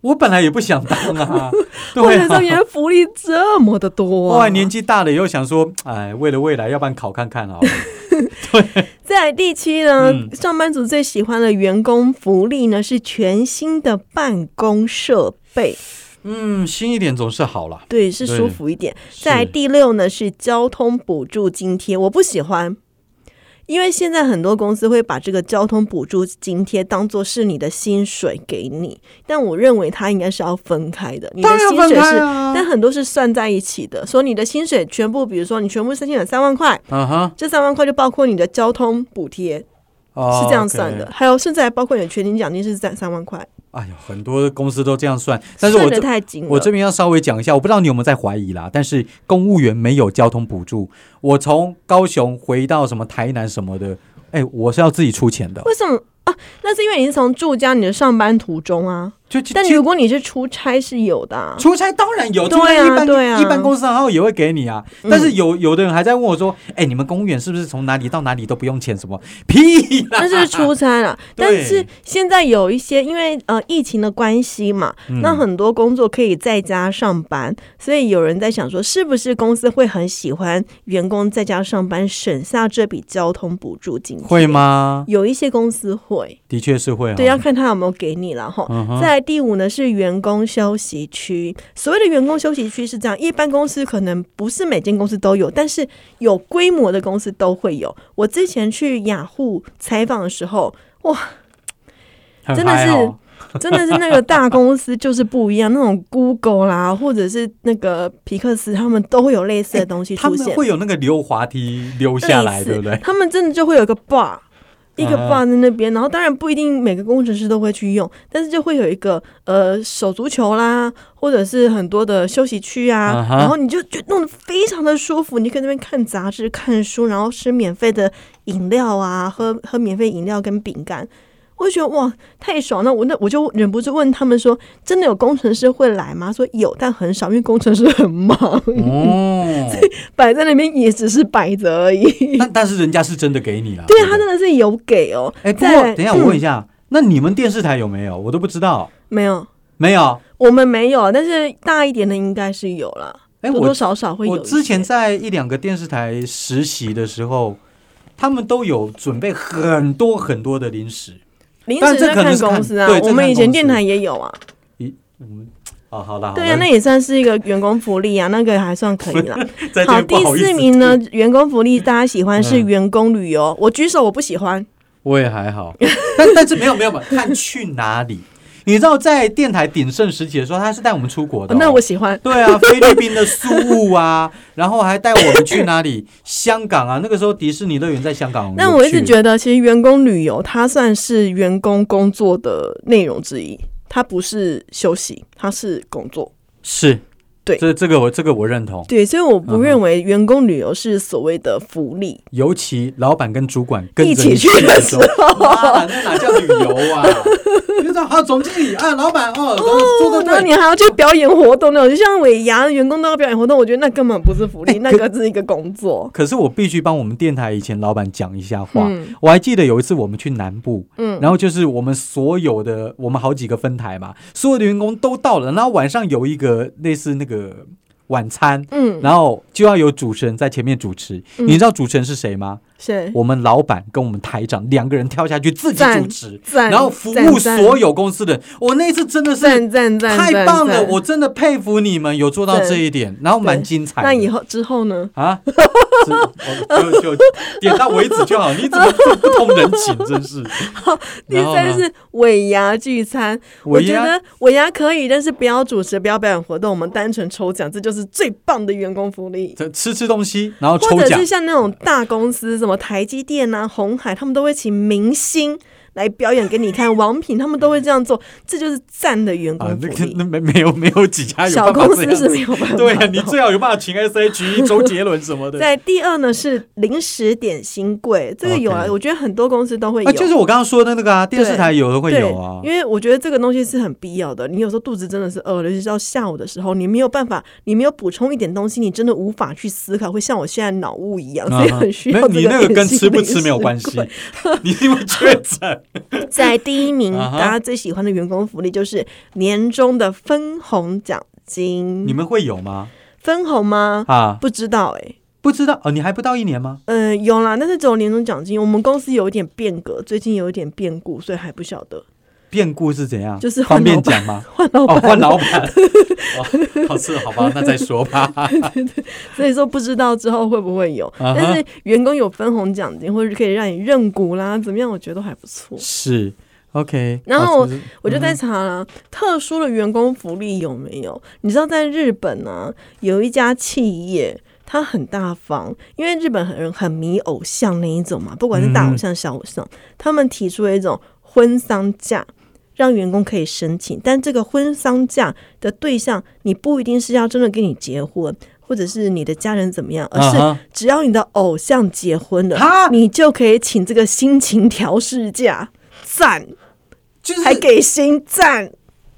Speaker 1: 我本来也不想当 啊，
Speaker 2: 我
Speaker 1: 对
Speaker 2: 人
Speaker 1: 啊
Speaker 2: 生，原来福利这么的多、
Speaker 1: 后
Speaker 2: 啊
Speaker 1: 来。年纪大了以后想说，哎，为了未来，要不然考看看好了。
Speaker 2: 再来第七呢，
Speaker 1: 嗯
Speaker 2: 上班族最喜欢的员工福利呢是全新的办公设备，
Speaker 1: 嗯，新一点总是好啦。
Speaker 2: 对，是
Speaker 1: 对
Speaker 2: 舒服一点。
Speaker 1: 是
Speaker 2: 再来第六呢是交通补助津贴，我不喜欢。因为现在很多公司会把这个交通补助津贴当做是你的薪水给你，但我认为它应该是要分开的。你的
Speaker 1: 当然要
Speaker 2: 薪
Speaker 1: 分
Speaker 2: 水是，
Speaker 1: 开啊。
Speaker 2: 但很多是算在一起的，所以你的薪水全部，比如说你全部申请了三万块，
Speaker 1: 嗯哼，
Speaker 2: 这三万块就包括你的交通补贴，
Speaker 1: 哦
Speaker 2: 是这样算的，。
Speaker 1: OK
Speaker 2: 还有甚至还包括你的全勤奖金是三三万块，
Speaker 1: 哎呀，很多公司都这样算，但是我
Speaker 2: 算的
Speaker 1: 这
Speaker 2: 太紧了。
Speaker 1: 我这边要稍微讲一下，我不知道你有没有在怀疑啦。但是公务员没有交通补助，我从高雄回到什么台南什么的，哎，我是要自己出钱的。
Speaker 2: 为什么啊？那是因为你是从住家你的上班途中啊，
Speaker 1: 就就
Speaker 2: 但
Speaker 1: 就
Speaker 2: 如果你是出差是有的、啊。
Speaker 1: 出差当然有，
Speaker 2: 对
Speaker 1: 出
Speaker 2: 啊
Speaker 1: 差一般、
Speaker 2: 对啊
Speaker 1: 一般公司行号也会给你啊。
Speaker 2: 嗯
Speaker 1: 但是有有的人还在问我说：“哎、你们公务员是不是从哪里到哪里都不用钱？”什么屁啦！
Speaker 2: 那是出 差啦，但
Speaker 1: 对
Speaker 2: 是现在有一些因为呃疫情的关系嘛，
Speaker 1: 嗯
Speaker 2: 那很多工作可以在家上班，所以有人在想说，是不是公司会很喜欢员工在家上班，省下这笔交通补助金？
Speaker 1: 会？吗？
Speaker 2: 有一些公司会，
Speaker 1: 的确是会、哦。
Speaker 2: 对，啊要看他有没有给你了哈。
Speaker 1: 嗯哼
Speaker 2: 再来第五呢是员工休息区。所谓的员工休息区是这样，一般公司可能不是每间公司都有，但是有规模的公司都会有。我之前去雅虎采访的时候，
Speaker 1: 很
Speaker 2: 真的
Speaker 1: 嗨哦
Speaker 2: 真的是那个大公司就是不一样，那种 Google 啦，或者是那个皮克斯，他们都会有类似的东西
Speaker 1: 他
Speaker 2: 出
Speaker 1: 们
Speaker 2: 现。
Speaker 1: 会有那个溜滑梯溜下来，
Speaker 2: 类似
Speaker 1: 对不对？
Speaker 2: 他们真的就会有一个 bar，一个
Speaker 1: 啊
Speaker 2: bar 在那边，然后当然不一定每个工程师都会去用，但是就会有一个呃手足球啦，或者是很多的休息区啊，
Speaker 1: 啊哈
Speaker 2: 然后你就觉得弄得非常的舒服，你可以在那边看杂志、看书，然后吃免费的饮料啊，喝喝免费饮料跟饼干。我就觉得哇，太爽！那我那我就忍不住问他们说：“真的有工程师会来吗？”说有，但很少，因为工程师很忙，
Speaker 1: 哦，
Speaker 2: 摆在那边也只是摆着而已。
Speaker 1: 但但是人家是真的给你了。
Speaker 2: 对啊，
Speaker 1: 不
Speaker 2: 他真的是有给哦。
Speaker 1: 哎，不
Speaker 2: 再
Speaker 1: 过
Speaker 2: 来
Speaker 1: 等一下我问一
Speaker 2: 嗯
Speaker 1: 下，那你们电视台有没有？我都不知道，
Speaker 2: 没有，
Speaker 1: 没有。
Speaker 2: 我们没有，但是大一点的应该是有啦，
Speaker 1: 哎，
Speaker 2: 多
Speaker 1: 我
Speaker 2: 多少少会有
Speaker 1: 我
Speaker 2: 一些。
Speaker 1: 之前在一两个电视台实习的时候，他们都有准备很多很多的零食。
Speaker 2: 临
Speaker 1: 但
Speaker 2: 时
Speaker 1: 这
Speaker 2: 在
Speaker 1: 可能
Speaker 2: 看
Speaker 1: 是看
Speaker 2: 公司啊
Speaker 1: 对，这
Speaker 2: 我们
Speaker 1: 看
Speaker 2: 以前
Speaker 1: 公
Speaker 2: 电
Speaker 1: 司
Speaker 2: 台也有啊。
Speaker 1: 哦，好啦，好
Speaker 2: 对啊，那也算是一个员工福利啊，那个还算可以啦。
Speaker 1: 在这
Speaker 2: 好，
Speaker 1: 边
Speaker 2: 第
Speaker 1: 不好意
Speaker 2: 四
Speaker 1: 思，
Speaker 2: 名呢，员工福利大家喜欢是
Speaker 1: 嗯
Speaker 2: 员工旅游，我举手我不喜欢。
Speaker 1: 我也还好，但但是没有没有没有，看去哪里。你知道在电台鼎盛时期的时候，他是带我们出国的哦、
Speaker 2: 那我喜欢，
Speaker 1: 对啊， 菲律宾的苏雾啊，然后还带我们去哪里？香港啊，那个时候迪士尼乐园在香 港。
Speaker 2: 但我一直觉得其实员工旅游它算是员工工作的内容之一，它不是休息，它是工作。
Speaker 1: 是
Speaker 2: 对
Speaker 1: 这这个我这个我认同，
Speaker 2: 对，所以我不
Speaker 1: 嗯
Speaker 2: 认为员工旅游是所谓的福利。
Speaker 1: 尤其老板跟主管跟着
Speaker 2: 一起
Speaker 1: 你
Speaker 2: 去的
Speaker 1: 的时候，哇，那哪叫旅游啊？ 就是说啊，总经理啊，老板哦，做做
Speaker 2: 然后
Speaker 1: 对。
Speaker 2: 你还要去表演活动那种，就像尾牙员工都要表演活动，我觉得那根本不是福利，
Speaker 1: 哎
Speaker 2: 那个是一个工作。
Speaker 1: 可是我必须帮我们电台以前老板讲一下话。
Speaker 2: 嗯
Speaker 1: 我还记得有一次我们去南部，
Speaker 2: 嗯
Speaker 1: 然后就是我们所有的我们好几个分台嘛，所有的员工都到了，然后晚上有一个类似那个晚餐，
Speaker 2: 嗯，
Speaker 1: 然后就要有主持人在前面主持。你知道主持人是谁吗？
Speaker 2: 是
Speaker 1: 我们老板跟我们台长两个人跳下去自己
Speaker 2: 赞
Speaker 1: 主持，
Speaker 2: 赞，
Speaker 1: 然后服
Speaker 2: 赞
Speaker 1: 务所有公司的人。我那一次真的是
Speaker 2: 赞赞赞，
Speaker 1: 太棒了，
Speaker 2: 赞
Speaker 1: 我真的佩服你们有做到这一点，然后蛮精彩的。
Speaker 2: 那以后之后呢？
Speaker 1: 啊，是我就就点到为止就好，你怎么这么不通人 情，真是。
Speaker 2: 第
Speaker 1: 然后
Speaker 2: 三
Speaker 1: 呢，
Speaker 2: 是尾牙聚餐，
Speaker 1: 我
Speaker 2: 我觉得尾牙可以，但是不要主持，不要表演活动，我们单纯抽奖，这就是最棒的员工福利。
Speaker 1: 吃吃东西，然后抽
Speaker 2: 或者
Speaker 1: 奖
Speaker 2: 是，像那种大公司，什么台积电啊、红海，他们都会请明星来表演给你看，王品他们都会这样做，这就是赞的员
Speaker 1: 啊
Speaker 2: 工，福
Speaker 1: 那个
Speaker 2: 利。
Speaker 1: 那没没有没有几家有
Speaker 2: 小
Speaker 1: 办法
Speaker 2: 公
Speaker 1: 这样
Speaker 2: 司是
Speaker 1: 子。
Speaker 2: 没有办法。
Speaker 1: 对啊， 你最好有办法请 S H E、周杰伦什么的。啊
Speaker 2: 在第二呢是零食点心柜，这个有啊
Speaker 1: OK
Speaker 2: 我觉得很多公司都会有。
Speaker 1: 啊，就是我刚刚说的那个啊，电视台有的会有啊
Speaker 2: 对，。因为我觉得这个东西是很必要的。你有时候肚子真的是饿了，尤其是到下午的时候，你没有办法，你没有补充一点东西，你真的无法去思考，会像我现在脑雾一样，所以
Speaker 1: 嗯
Speaker 2: 很需
Speaker 1: 没
Speaker 2: 要
Speaker 1: 有
Speaker 2: 这
Speaker 1: 你那个
Speaker 2: 点
Speaker 1: 跟
Speaker 2: 心
Speaker 1: 吃不
Speaker 2: 零
Speaker 1: 吃没有
Speaker 2: 食
Speaker 1: 关系
Speaker 2: 柜，
Speaker 1: 你是因为确诊。
Speaker 2: 嗯在第一名，
Speaker 1: 啊哈
Speaker 2: 大家最喜欢的员工福利就是年终的分红奖金。
Speaker 1: 你们会有吗？
Speaker 2: 分红吗？
Speaker 1: 啊，
Speaker 2: 不知道哎、
Speaker 1: 不知道哦，你还不到一年吗？
Speaker 2: 嗯、有啦，但是只有年终奖金。我们公司有一点变革，最近有一点变故，所以还不晓得。
Speaker 1: 变故是怎样？
Speaker 2: 就是换
Speaker 1: 方便
Speaker 2: 老
Speaker 1: 讲吗？换
Speaker 2: 老
Speaker 1: 哦，换老板。 哦，好是好吧，那再说 吧。
Speaker 2: 所以说不知道之后会不会有，
Speaker 1: 啊哈
Speaker 2: 但是员工有分红奖金，或者是可以让你认股啦，怎么样？我觉得都还不错。
Speaker 1: 是，OK。
Speaker 2: 然后
Speaker 1: 哦是不是
Speaker 2: 我就在查啦，特殊的员工福利有没有？你知道在日本呢、有一家企业。它很大方，因为日本人很迷偶像那一种嘛，不管是大偶
Speaker 1: 嗯
Speaker 2: 像、小偶像，他们提出了一种婚丧假，让员工可以申请。但这个婚丧假的对象，你不一定是要真的跟你结婚，或者是你的家人怎么样，而是
Speaker 1: 啊哈
Speaker 2: 只要你的偶像结婚了，
Speaker 1: 哈
Speaker 2: 你就可以请这个心情调试假，赞！
Speaker 1: 就是
Speaker 2: 还给星赞，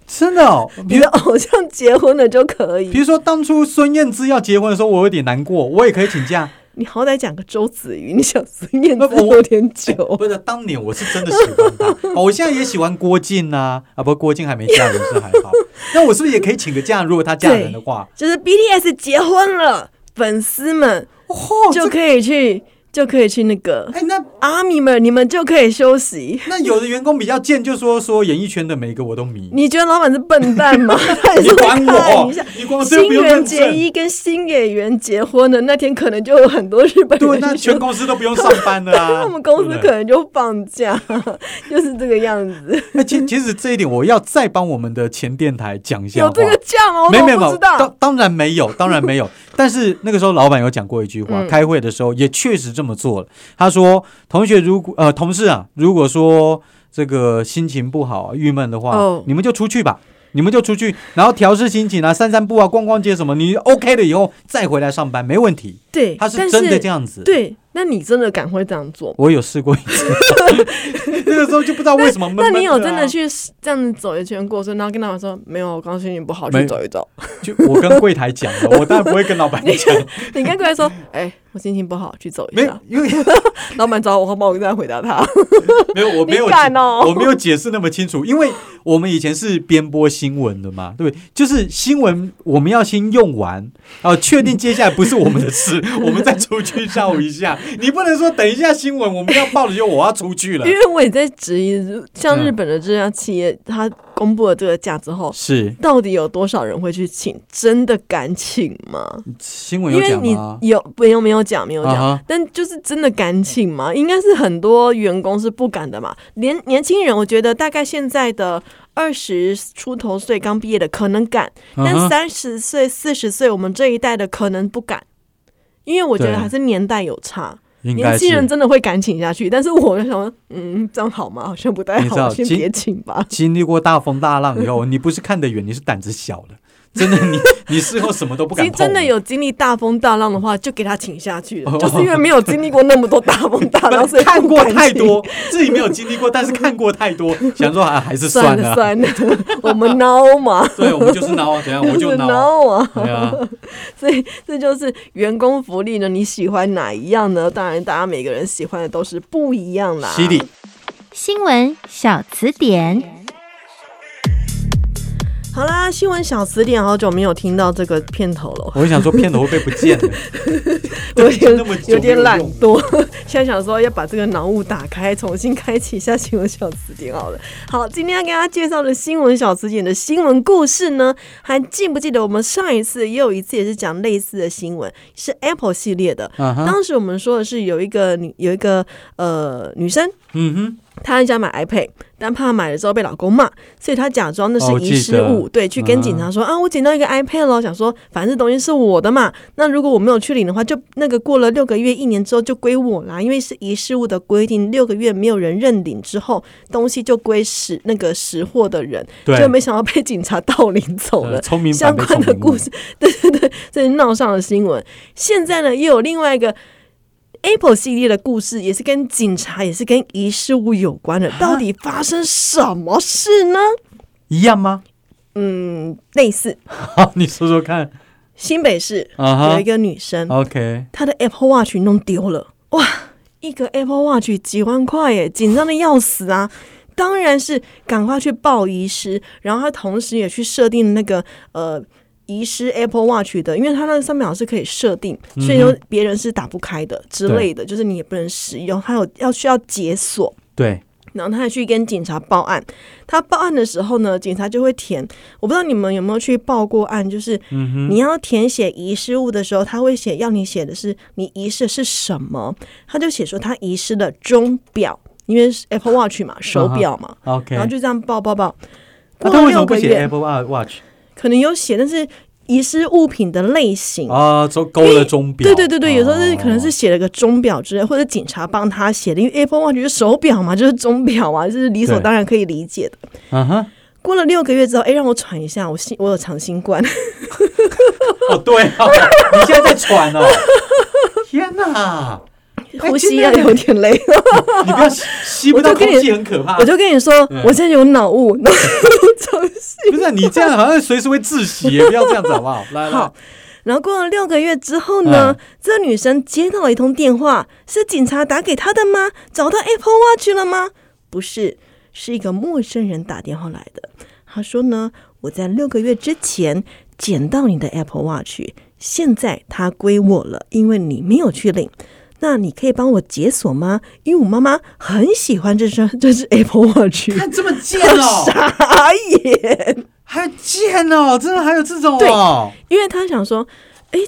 Speaker 1: 真的哦，比
Speaker 2: 你
Speaker 1: 如
Speaker 2: 的偶像结婚了就可
Speaker 1: 比
Speaker 2: 以。
Speaker 1: 如说当初孙燕姿要结婚的时候，我有点难过，我也可以请假。
Speaker 2: 你好歹讲个周子瑜，你想孙燕姿
Speaker 1: 不我
Speaker 2: 有点
Speaker 1: 哦
Speaker 2: 久。
Speaker 1: 不是，当年我是真的喜欢 她，哦，我现在也喜欢郭靖呐、啊，啊，不，郭靖还没嫁人是还好。那我是不是也可以请个假？如果她嫁人的话，
Speaker 2: 就是 BTS 结婚了，粉丝们
Speaker 1: 哦，
Speaker 2: 就
Speaker 1: 这
Speaker 2: 可以去，就可以去那 个
Speaker 1: 哎，那
Speaker 2: 阿米们，你们就可以休息。
Speaker 1: 那有的员工比较贱，就说说演艺圈的每一个我都迷，
Speaker 2: 你觉得老板是笨 蛋吗？他也
Speaker 1: 你
Speaker 2: 是会
Speaker 1: 管
Speaker 2: 看
Speaker 1: 我
Speaker 2: 一下。，
Speaker 1: 你管我这个
Speaker 2: 新
Speaker 1: 不用
Speaker 2: 垣
Speaker 1: 认
Speaker 2: 结
Speaker 1: 证。
Speaker 2: 衣跟新演员结婚的那天，可能就有很多日本
Speaker 1: 对，
Speaker 2: 人
Speaker 1: 那
Speaker 2: 去
Speaker 1: 全公司都不用上班了啊！
Speaker 2: 他们公司
Speaker 1: 对不对
Speaker 2: 可能就放假， 就是这个样子。
Speaker 1: 那哎其其实这一点，我要再帮我们的前电台讲一下
Speaker 2: 有
Speaker 1: 话。
Speaker 2: 这个假哦吗？我
Speaker 1: 没
Speaker 2: 怎
Speaker 1: 有没有
Speaker 2: 么
Speaker 1: 没
Speaker 2: 不
Speaker 1: 有，
Speaker 2: 知道
Speaker 1: 当？当然没 有，当然没有。但是那个时候老板有讲过一句话，
Speaker 2: 嗯
Speaker 1: 开会的时候也确实这么做了。他说：“同学如果呃同事啊，如果说这个心情不好、啊郁闷的话，
Speaker 2: 哦
Speaker 1: 你们就出去吧。”你们就出去，然后调试心情啊，散散步啊，逛逛街什么，你 OK 了以后再回来上班，没问题。
Speaker 2: 对，
Speaker 1: 他
Speaker 2: 但
Speaker 1: 是真的这样子，
Speaker 2: 对，那你真的敢会这样做吗？
Speaker 1: 我有试过一 次，那个时候就不知道为什么闷闷、
Speaker 2: 那
Speaker 1: 啊。
Speaker 2: 你有真的去这样子走一圈过村，然后跟老板说没有，我刚心情不好
Speaker 1: 没
Speaker 2: 去
Speaker 1: 有
Speaker 2: 走一走。
Speaker 1: 就我跟柜台讲了，我当然不会跟老板讲，
Speaker 2: 你跟过来说，哎，我心情不好，去走一
Speaker 1: 没有
Speaker 2: 下。，
Speaker 1: 因为
Speaker 2: 老板找我，我帮我这样回答他。
Speaker 1: 没有，我没有解，
Speaker 2: 你敢哦
Speaker 1: 我没有解释那么清楚，因为我们以前是编播新闻的嘛，对不对？就是新闻我们要先用完，啊，确定接下来不是我们的事， 我们再出去绕一下。你不能说等一下新闻我们要报了就我要出去了
Speaker 2: 因，为我也在质疑，像
Speaker 1: 啊嗯
Speaker 2: 日本的这家企业，他公布了这个假之后，
Speaker 1: 是
Speaker 2: 到底有多少人会去请？真的敢请吗？
Speaker 1: 新闻
Speaker 2: 因
Speaker 1: 有
Speaker 2: 为
Speaker 1: 讲
Speaker 2: 你
Speaker 1: 吗？
Speaker 2: 有没有没有讲没有
Speaker 1: 啊
Speaker 2: 讲，
Speaker 1: 哈，
Speaker 2: 但就是真的敢请吗？应该是很多员工是不敢的嘛。年年轻人，我觉得大概现在的二十出头岁刚毕业的可能敢，
Speaker 1: 嗯
Speaker 2: 但
Speaker 1: 哼
Speaker 2: 三十岁、四十岁我们这一代的可能不敢，因为我觉
Speaker 1: 对
Speaker 2: 得还是年代有差。
Speaker 1: 应
Speaker 2: 年
Speaker 1: 该
Speaker 2: 轻人
Speaker 1: 是。
Speaker 2: 真的会敢请下去，但是我就想说，嗯，这样好吗？好像不太
Speaker 1: 你知道
Speaker 2: 好，先
Speaker 1: 今
Speaker 2: 别请吧。
Speaker 1: 经历过大风大浪以后，你不是看得远，你是胆子小了。真的你你事后什么都不敢
Speaker 2: 经
Speaker 1: 碰，
Speaker 2: 真的有经历大风大浪的话，就给他请下去了，就是因为没有经历过那么多大风大
Speaker 1: 不
Speaker 2: 浪，所以
Speaker 1: 是看
Speaker 2: 不
Speaker 1: 过
Speaker 2: 敢
Speaker 1: 太
Speaker 2: 请
Speaker 1: 多，自己没有经历过，但是看过太多，想说啊还是
Speaker 2: 算
Speaker 1: 了。
Speaker 2: 算了， 我们孬嘛，
Speaker 1: 对，我们就是孬啊，怎 样我就
Speaker 2: 就是
Speaker 1: 孬啊。
Speaker 2: 孬啊。
Speaker 1: 对啊，
Speaker 2: 所以这就是员工福利呢，你喜欢哪一样呢？当然，大家每个人喜欢的都是不一样啦。
Speaker 1: 犀利。
Speaker 4: 新闻小词典。
Speaker 2: 好啦，新闻小词典，好久没有听到这个片头了，
Speaker 1: 我想说片头会被不见 了，
Speaker 2: 有
Speaker 1: 就那么
Speaker 2: 点
Speaker 1: 久
Speaker 2: 有点懒
Speaker 1: 没有用
Speaker 2: 惰。 现在想说要把这个脑雾打开，重新开启一下新闻小词典好了。好，今天要给大家介绍的新闻小词典的新闻故事呢，还记不记得我们上一次也有一次也是讲类似的新闻，是 Apple 系列的。
Speaker 1: 嗯哼，
Speaker 2: 当时我们说的是有一个女有一个呃女生，
Speaker 1: 嗯哼，
Speaker 2: 她想买 iPad，但怕买了之后被老公骂，所以她假装那
Speaker 1: 哦
Speaker 2: 是
Speaker 1: 我
Speaker 2: 遗
Speaker 1: 记
Speaker 2: 失
Speaker 1: 得嗯
Speaker 2: 物，对，去跟警察说、啊，我捡到一个 iPad 了，想说反正这东西是我的嘛，那如果我没有去领的话，就那个过了六个月、一年之后就归我啦，因为是遗失物的规定，六个月没有人认领之后，东西就归拾那个拾获的人，
Speaker 1: 对，
Speaker 2: 就没想到被警察盗领走了
Speaker 1: 呃。聪明反
Speaker 2: 相
Speaker 1: 被
Speaker 2: 关的
Speaker 1: 聪明误
Speaker 2: 故事，对 对对，这是闹上了新闻。现在呢，又有另外一个 Apple 系列的故事，也是跟警察，也是跟遗失物有关
Speaker 1: 啊
Speaker 2: 的。到底发生什么事呢？
Speaker 1: 一样吗？
Speaker 2: 嗯，类似
Speaker 1: 好，你说说看
Speaker 2: 新北市
Speaker 1: 啊哈
Speaker 2: 有一个女生，
Speaker 1: ，OK，
Speaker 2: 她的 Apple Watch 弄丢了，哇，一个 Apple Watch 几万块耶，紧张的要死啊！当然是赶快去报遗失，然后她同时也去设定那个呃遗失 Apple Watch 的，因为它那个上面好像是可以设定，所以说别人是打不开的之类的，就是你也不能使用，还有要需要解锁。
Speaker 1: 对，
Speaker 2: 然后他还去跟警察报案。他报案的时候呢，警察就会填，我不知道你们有没有去报过案，就是
Speaker 1: 嗯
Speaker 2: 你要填写遗失物的时候，他会写要你写的是你遗失的是什么，他就写说他遗失了钟表，因为是 Apple Watch 嘛，手表嘛，
Speaker 1: 啊 OK，
Speaker 2: 然后就这样报报报。
Speaker 1: 那他
Speaker 2: 过了
Speaker 1: 为什么
Speaker 2: 六
Speaker 1: 不
Speaker 2: 个
Speaker 1: 写
Speaker 2: 月，
Speaker 1: Apple Watch
Speaker 2: 可能有写，但是遗失物品的类型
Speaker 1: 啊？勾勾了钟表，
Speaker 2: 对对对对，有时候是
Speaker 1: 哦
Speaker 2: 可能是写了个钟表之类，或者警察帮他写的，因为 Apple Watch 就是手表嘛，就是钟表啊，就是理所
Speaker 1: 对
Speaker 2: 当然可以理解的。
Speaker 1: 啊哈，
Speaker 2: 过了六个月之后，哎、让我喘一下，我新我有长新冠，
Speaker 1: 哎哦对啊， 你现在在喘 哦，天哪，
Speaker 2: 呼吸
Speaker 1: 哎
Speaker 2: 要
Speaker 1: 真的
Speaker 2: 有点累。
Speaker 1: 你不要吸吸不到
Speaker 2: 我就
Speaker 1: 空
Speaker 2: 跟你
Speaker 1: 气，很可怕
Speaker 2: 我。就跟你说
Speaker 1: 对，
Speaker 2: 我现在有脑雾，然后长
Speaker 1: 不是啊你这样好像随时会窒息耶，不要这样子好不好？来来
Speaker 2: 好，然后过了六个月之后呢，
Speaker 1: 嗯
Speaker 2: 这女生接到了一通电话，是警察打给她的吗？找到 Apple Watch 了吗？不是，是一个陌生人打电话来的。他说呢，我在六个月之前捡到你的 Apple Watch，现在它归我了，因为你没有去领。那你可以帮我解锁吗？因为我妈妈很喜欢这双这只 Apple Watch。
Speaker 1: 看这么贱哦，
Speaker 2: 傻眼。
Speaker 1: 还贱哦，真的还有这种哦，
Speaker 2: 因为他想说，哎、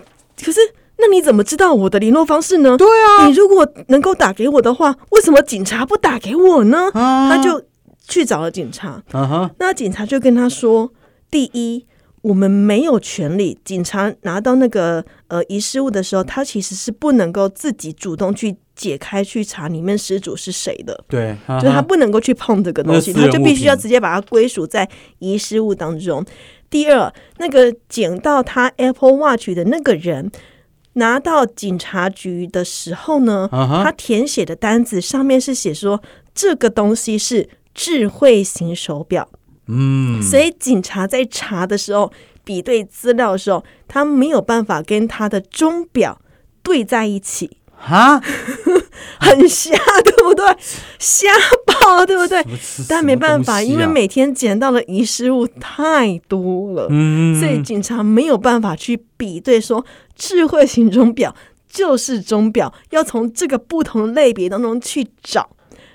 Speaker 2: 可是那你怎么知道我的联络方式呢？
Speaker 1: 对啊
Speaker 2: 你如果能够打给我的话，为什么警察不打给我呢？
Speaker 1: 啊
Speaker 2: 他就去找了警察，
Speaker 1: 啊哈，
Speaker 2: 那警察就跟他说，第一。我们没有权利。警察拿到那个呃遗失物的时候，他其实是不能够自己主动去解开去查里面失主是谁的。
Speaker 1: 对，啊哈
Speaker 2: 就是他不能够去碰这个东西，
Speaker 1: 那是
Speaker 2: 他就必须要
Speaker 1: 物品
Speaker 2: 直接把它归属在遗失物当中。第二，那个捡到他 Apple Watch 的那个人。拿到警察局的时候呢
Speaker 1: 啊哈
Speaker 2: 他填写的单子上面是写说这个东西是智慧型手表，
Speaker 1: 嗯，
Speaker 2: 所以警察在查的时候，比对资料的时候，他没有办法跟他的钟表对在一起。
Speaker 1: 哈，
Speaker 2: 很瞎，对不对？瞎爆了，对不对
Speaker 1: 什么是？
Speaker 2: 但没办法，
Speaker 1: 什么东西啊
Speaker 2: 因为每天捡到的遗失物太多了，
Speaker 1: 嗯，
Speaker 2: 所以警察没有办法去比对说智慧型钟表就是钟表，要从这个不同的类别当中去找。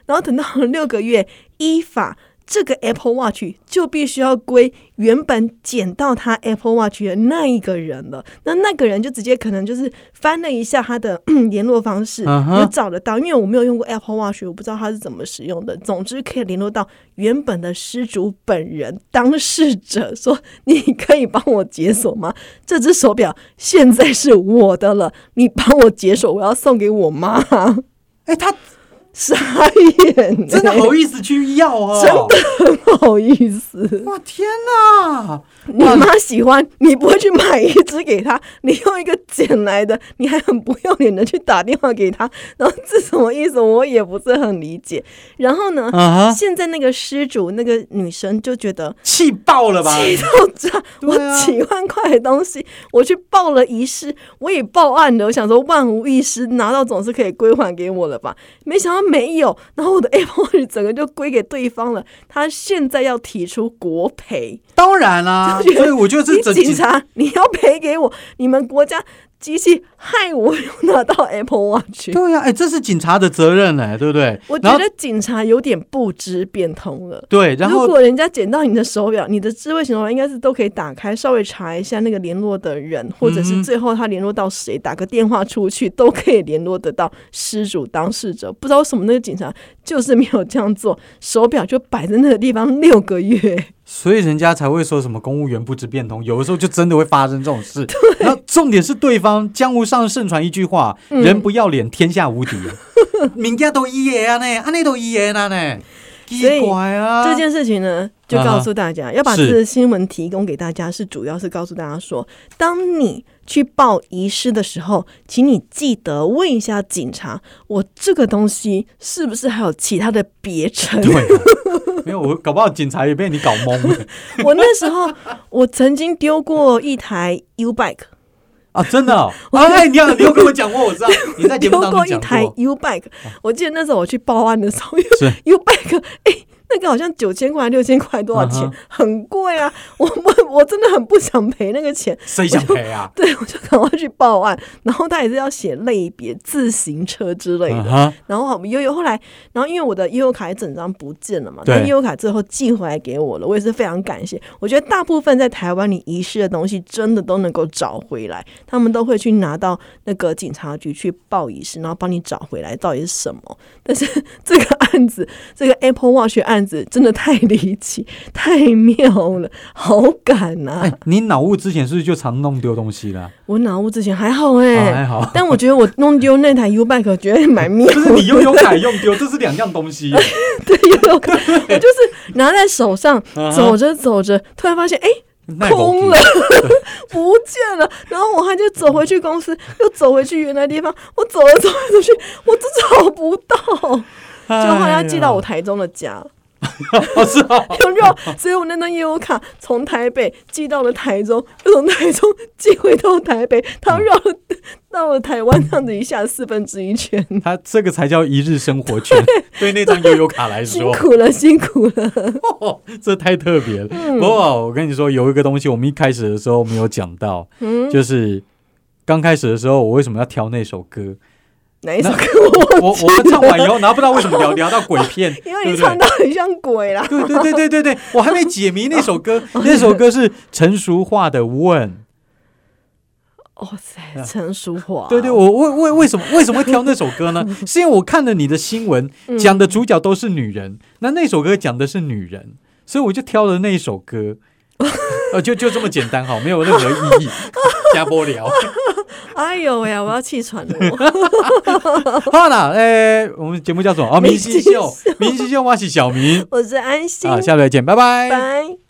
Speaker 2: 然后等到了六个月，依法这个 Apple Watch 就必须要归原本捡到他 Apple Watch 的那一个人了。那那个人就直接可能就是翻了一下他的 嗯联络方式，
Speaker 1: 嗯哼
Speaker 2: 我找得到，因为我没有用过 Apple Watch，我不知道它是怎么使用的。总之可以联络到原本的失主本人当事者，说你可以帮我解锁吗？这只手表现在是我的了，你帮我解锁，我要送给我妈。
Speaker 1: 哎，他
Speaker 2: 傻眼、欸
Speaker 1: 真的好意思去要 啊！
Speaker 2: 不好意思。
Speaker 1: 哇天哪！
Speaker 2: 你妈喜欢，你不会去买一只给她， 你用一个捡来的，你还很不要脸的去打电话给她， 然后这什么意思？我也不是很理解。然后呢，
Speaker 1: 啊哈，
Speaker 2: 现在那个失主那个女生就觉得
Speaker 1: 气爆了吧？
Speaker 2: 气到炸，
Speaker 1: 对
Speaker 2: 我
Speaker 1: 啊
Speaker 2: 几万块的东西，我去报了遗失，我也报案了，我想说万无一失，拿到总是可以归还给我了吧？没想到没有，然后我的 Apple Watch 整个就归给对方了，他现在要提出国赔。
Speaker 1: 当然 啦、
Speaker 2: 就觉得
Speaker 1: 所以我觉得
Speaker 2: 你
Speaker 1: 是整
Speaker 2: 警察，你要赔给我！你们国家机器害我又拿到 Apple Watch，
Speaker 1: 对呀、哎、这是警察的责任哎、对不对？
Speaker 2: 我
Speaker 1: 然
Speaker 2: 觉
Speaker 1: 后
Speaker 2: 得警察有点不知变通了。
Speaker 1: 对，然
Speaker 2: 如
Speaker 1: 后
Speaker 2: 果人家捡到你的手表，你的智慧型手表应该是都可以打开，稍微查一下那个联络的人，或者
Speaker 1: 嗯
Speaker 2: 是
Speaker 1: 哼
Speaker 2: 最后他联络到谁，打个电话出去都可以联络得到失主当事者。不知道为什么那个警察就是没有这样做，手表就摆在那个地方六个月。
Speaker 1: 所以人家才会说什么公务员不知变通，有的时候就真的会发生这种 事。然后重点是对方江湖上盛传一句话：
Speaker 2: 嗯
Speaker 1: 人不要脸，天下无 敌。人家都一爷啊呢，安内都一爷了呢，
Speaker 2: 所以
Speaker 1: 奇怪啊！
Speaker 2: 这件事情呢，就告诉大家，要把
Speaker 1: 是
Speaker 2: 这个新闻提供给大家，是主要是告诉大家说，当你去报遗失的时候，请你记得问一下警察，我这个东西是不是还有其他的别称？
Speaker 1: 对啊，没有我搞不好警察也被你搞懵了
Speaker 2: 我那时候我曾经丢过一台 U bike，
Speaker 1: 啊！真的、哦，哎，你好，你有跟我讲过，我 知道你在节
Speaker 2: 丢
Speaker 1: 目当中
Speaker 2: 过一
Speaker 1: 讲
Speaker 2: 台
Speaker 1: 过，
Speaker 2: U bike，我记得那时候我去报案的时候，
Speaker 1: 是
Speaker 2: U bike，哎、那个好像九千块、六千块多少钱
Speaker 1: 嗯哼
Speaker 2: 很贵啊！我我我真的很不想赔那个钱，
Speaker 1: 谁想赔啊？
Speaker 2: 对，我就赶快去报案，然后他也是要写类别自行车之类的。
Speaker 1: 嗯哼
Speaker 2: 然后悠悠后来，然后因为我的悠悠卡也整张不见了嘛，
Speaker 1: 对
Speaker 2: 但悠悠卡最后寄回来给我了，我也是非常感谢。我觉得大部分在台湾你遗失的东西，真的都能够找回来，他们都会去拿到那个警察局去报遗失，然后帮你找回来到底是什么。但是 这个案子，这个 Apple Watch 案子真的太离奇、太妙了，好感呐、
Speaker 1: 哎，你脑雾之前是不是就常弄丢东西了？
Speaker 2: 我脑雾之前还好哎、
Speaker 1: 啊还好
Speaker 2: 但我觉得我弄丢那台 U bike 觉得蛮妙的，
Speaker 1: 就是你悠悠卡用丢，这是两样东西。
Speaker 2: 对 U 悠卡，我就是拿在手上
Speaker 1: 嗯哼
Speaker 2: 走着走着，突然发现哎、
Speaker 1: 那也不
Speaker 2: 空了， 不见了，然后我还就走回去公司，又走回去原来地方，我走了走来走去，我都找不到，
Speaker 1: 哎
Speaker 2: 就
Speaker 1: 呀，
Speaker 2: 后来要寄到我台中的家，
Speaker 1: 哦，是哦，
Speaker 2: 有没有？所以我那张 U 卡从台北寄到了台中，又从台中寄回到台北，它绕了 到了台湾，这样子一下四分之一圈。
Speaker 1: 他这个才叫一日生活圈。对那张悠悠卡来
Speaker 2: 辛
Speaker 1: 说，
Speaker 2: 苦了，辛苦了。
Speaker 1: 哦这太特别了。不过我跟你说，有一个东西我们一开始的时候没有讲到，
Speaker 2: 嗯，
Speaker 1: 就是刚开始的时候，我为什么要挑那首歌？
Speaker 2: 哪 一首歌？
Speaker 1: 我我们唱完以后，然后不知道为什么聊聊到鬼片，
Speaker 2: 因为
Speaker 1: 对
Speaker 2: 你
Speaker 1: 不对
Speaker 2: 唱到很像鬼啦。
Speaker 1: 对对对对对对，我还没解谜那首歌，那首歌是陈淑桦的《问》。
Speaker 2: 哇哦塞，陈淑桦。
Speaker 1: 对对，我为为为什么为什么会挑那首歌呢？是因为我看了你的新闻，
Speaker 2: 嗯
Speaker 1: 讲的主角都是女人，那那首歌讲的是女人，所以我就挑了那一首 歌。呃，就就这么简单哈，没有任何意 义。加播聊，
Speaker 2: 哎呦喂呀，我要气喘 了。
Speaker 1: 好啦，呃、我们节目叫什么？哦，明星秀，明星秀，我是小明。
Speaker 2: 我是安心
Speaker 1: 啊，，下回见，拜拜
Speaker 2: 拜。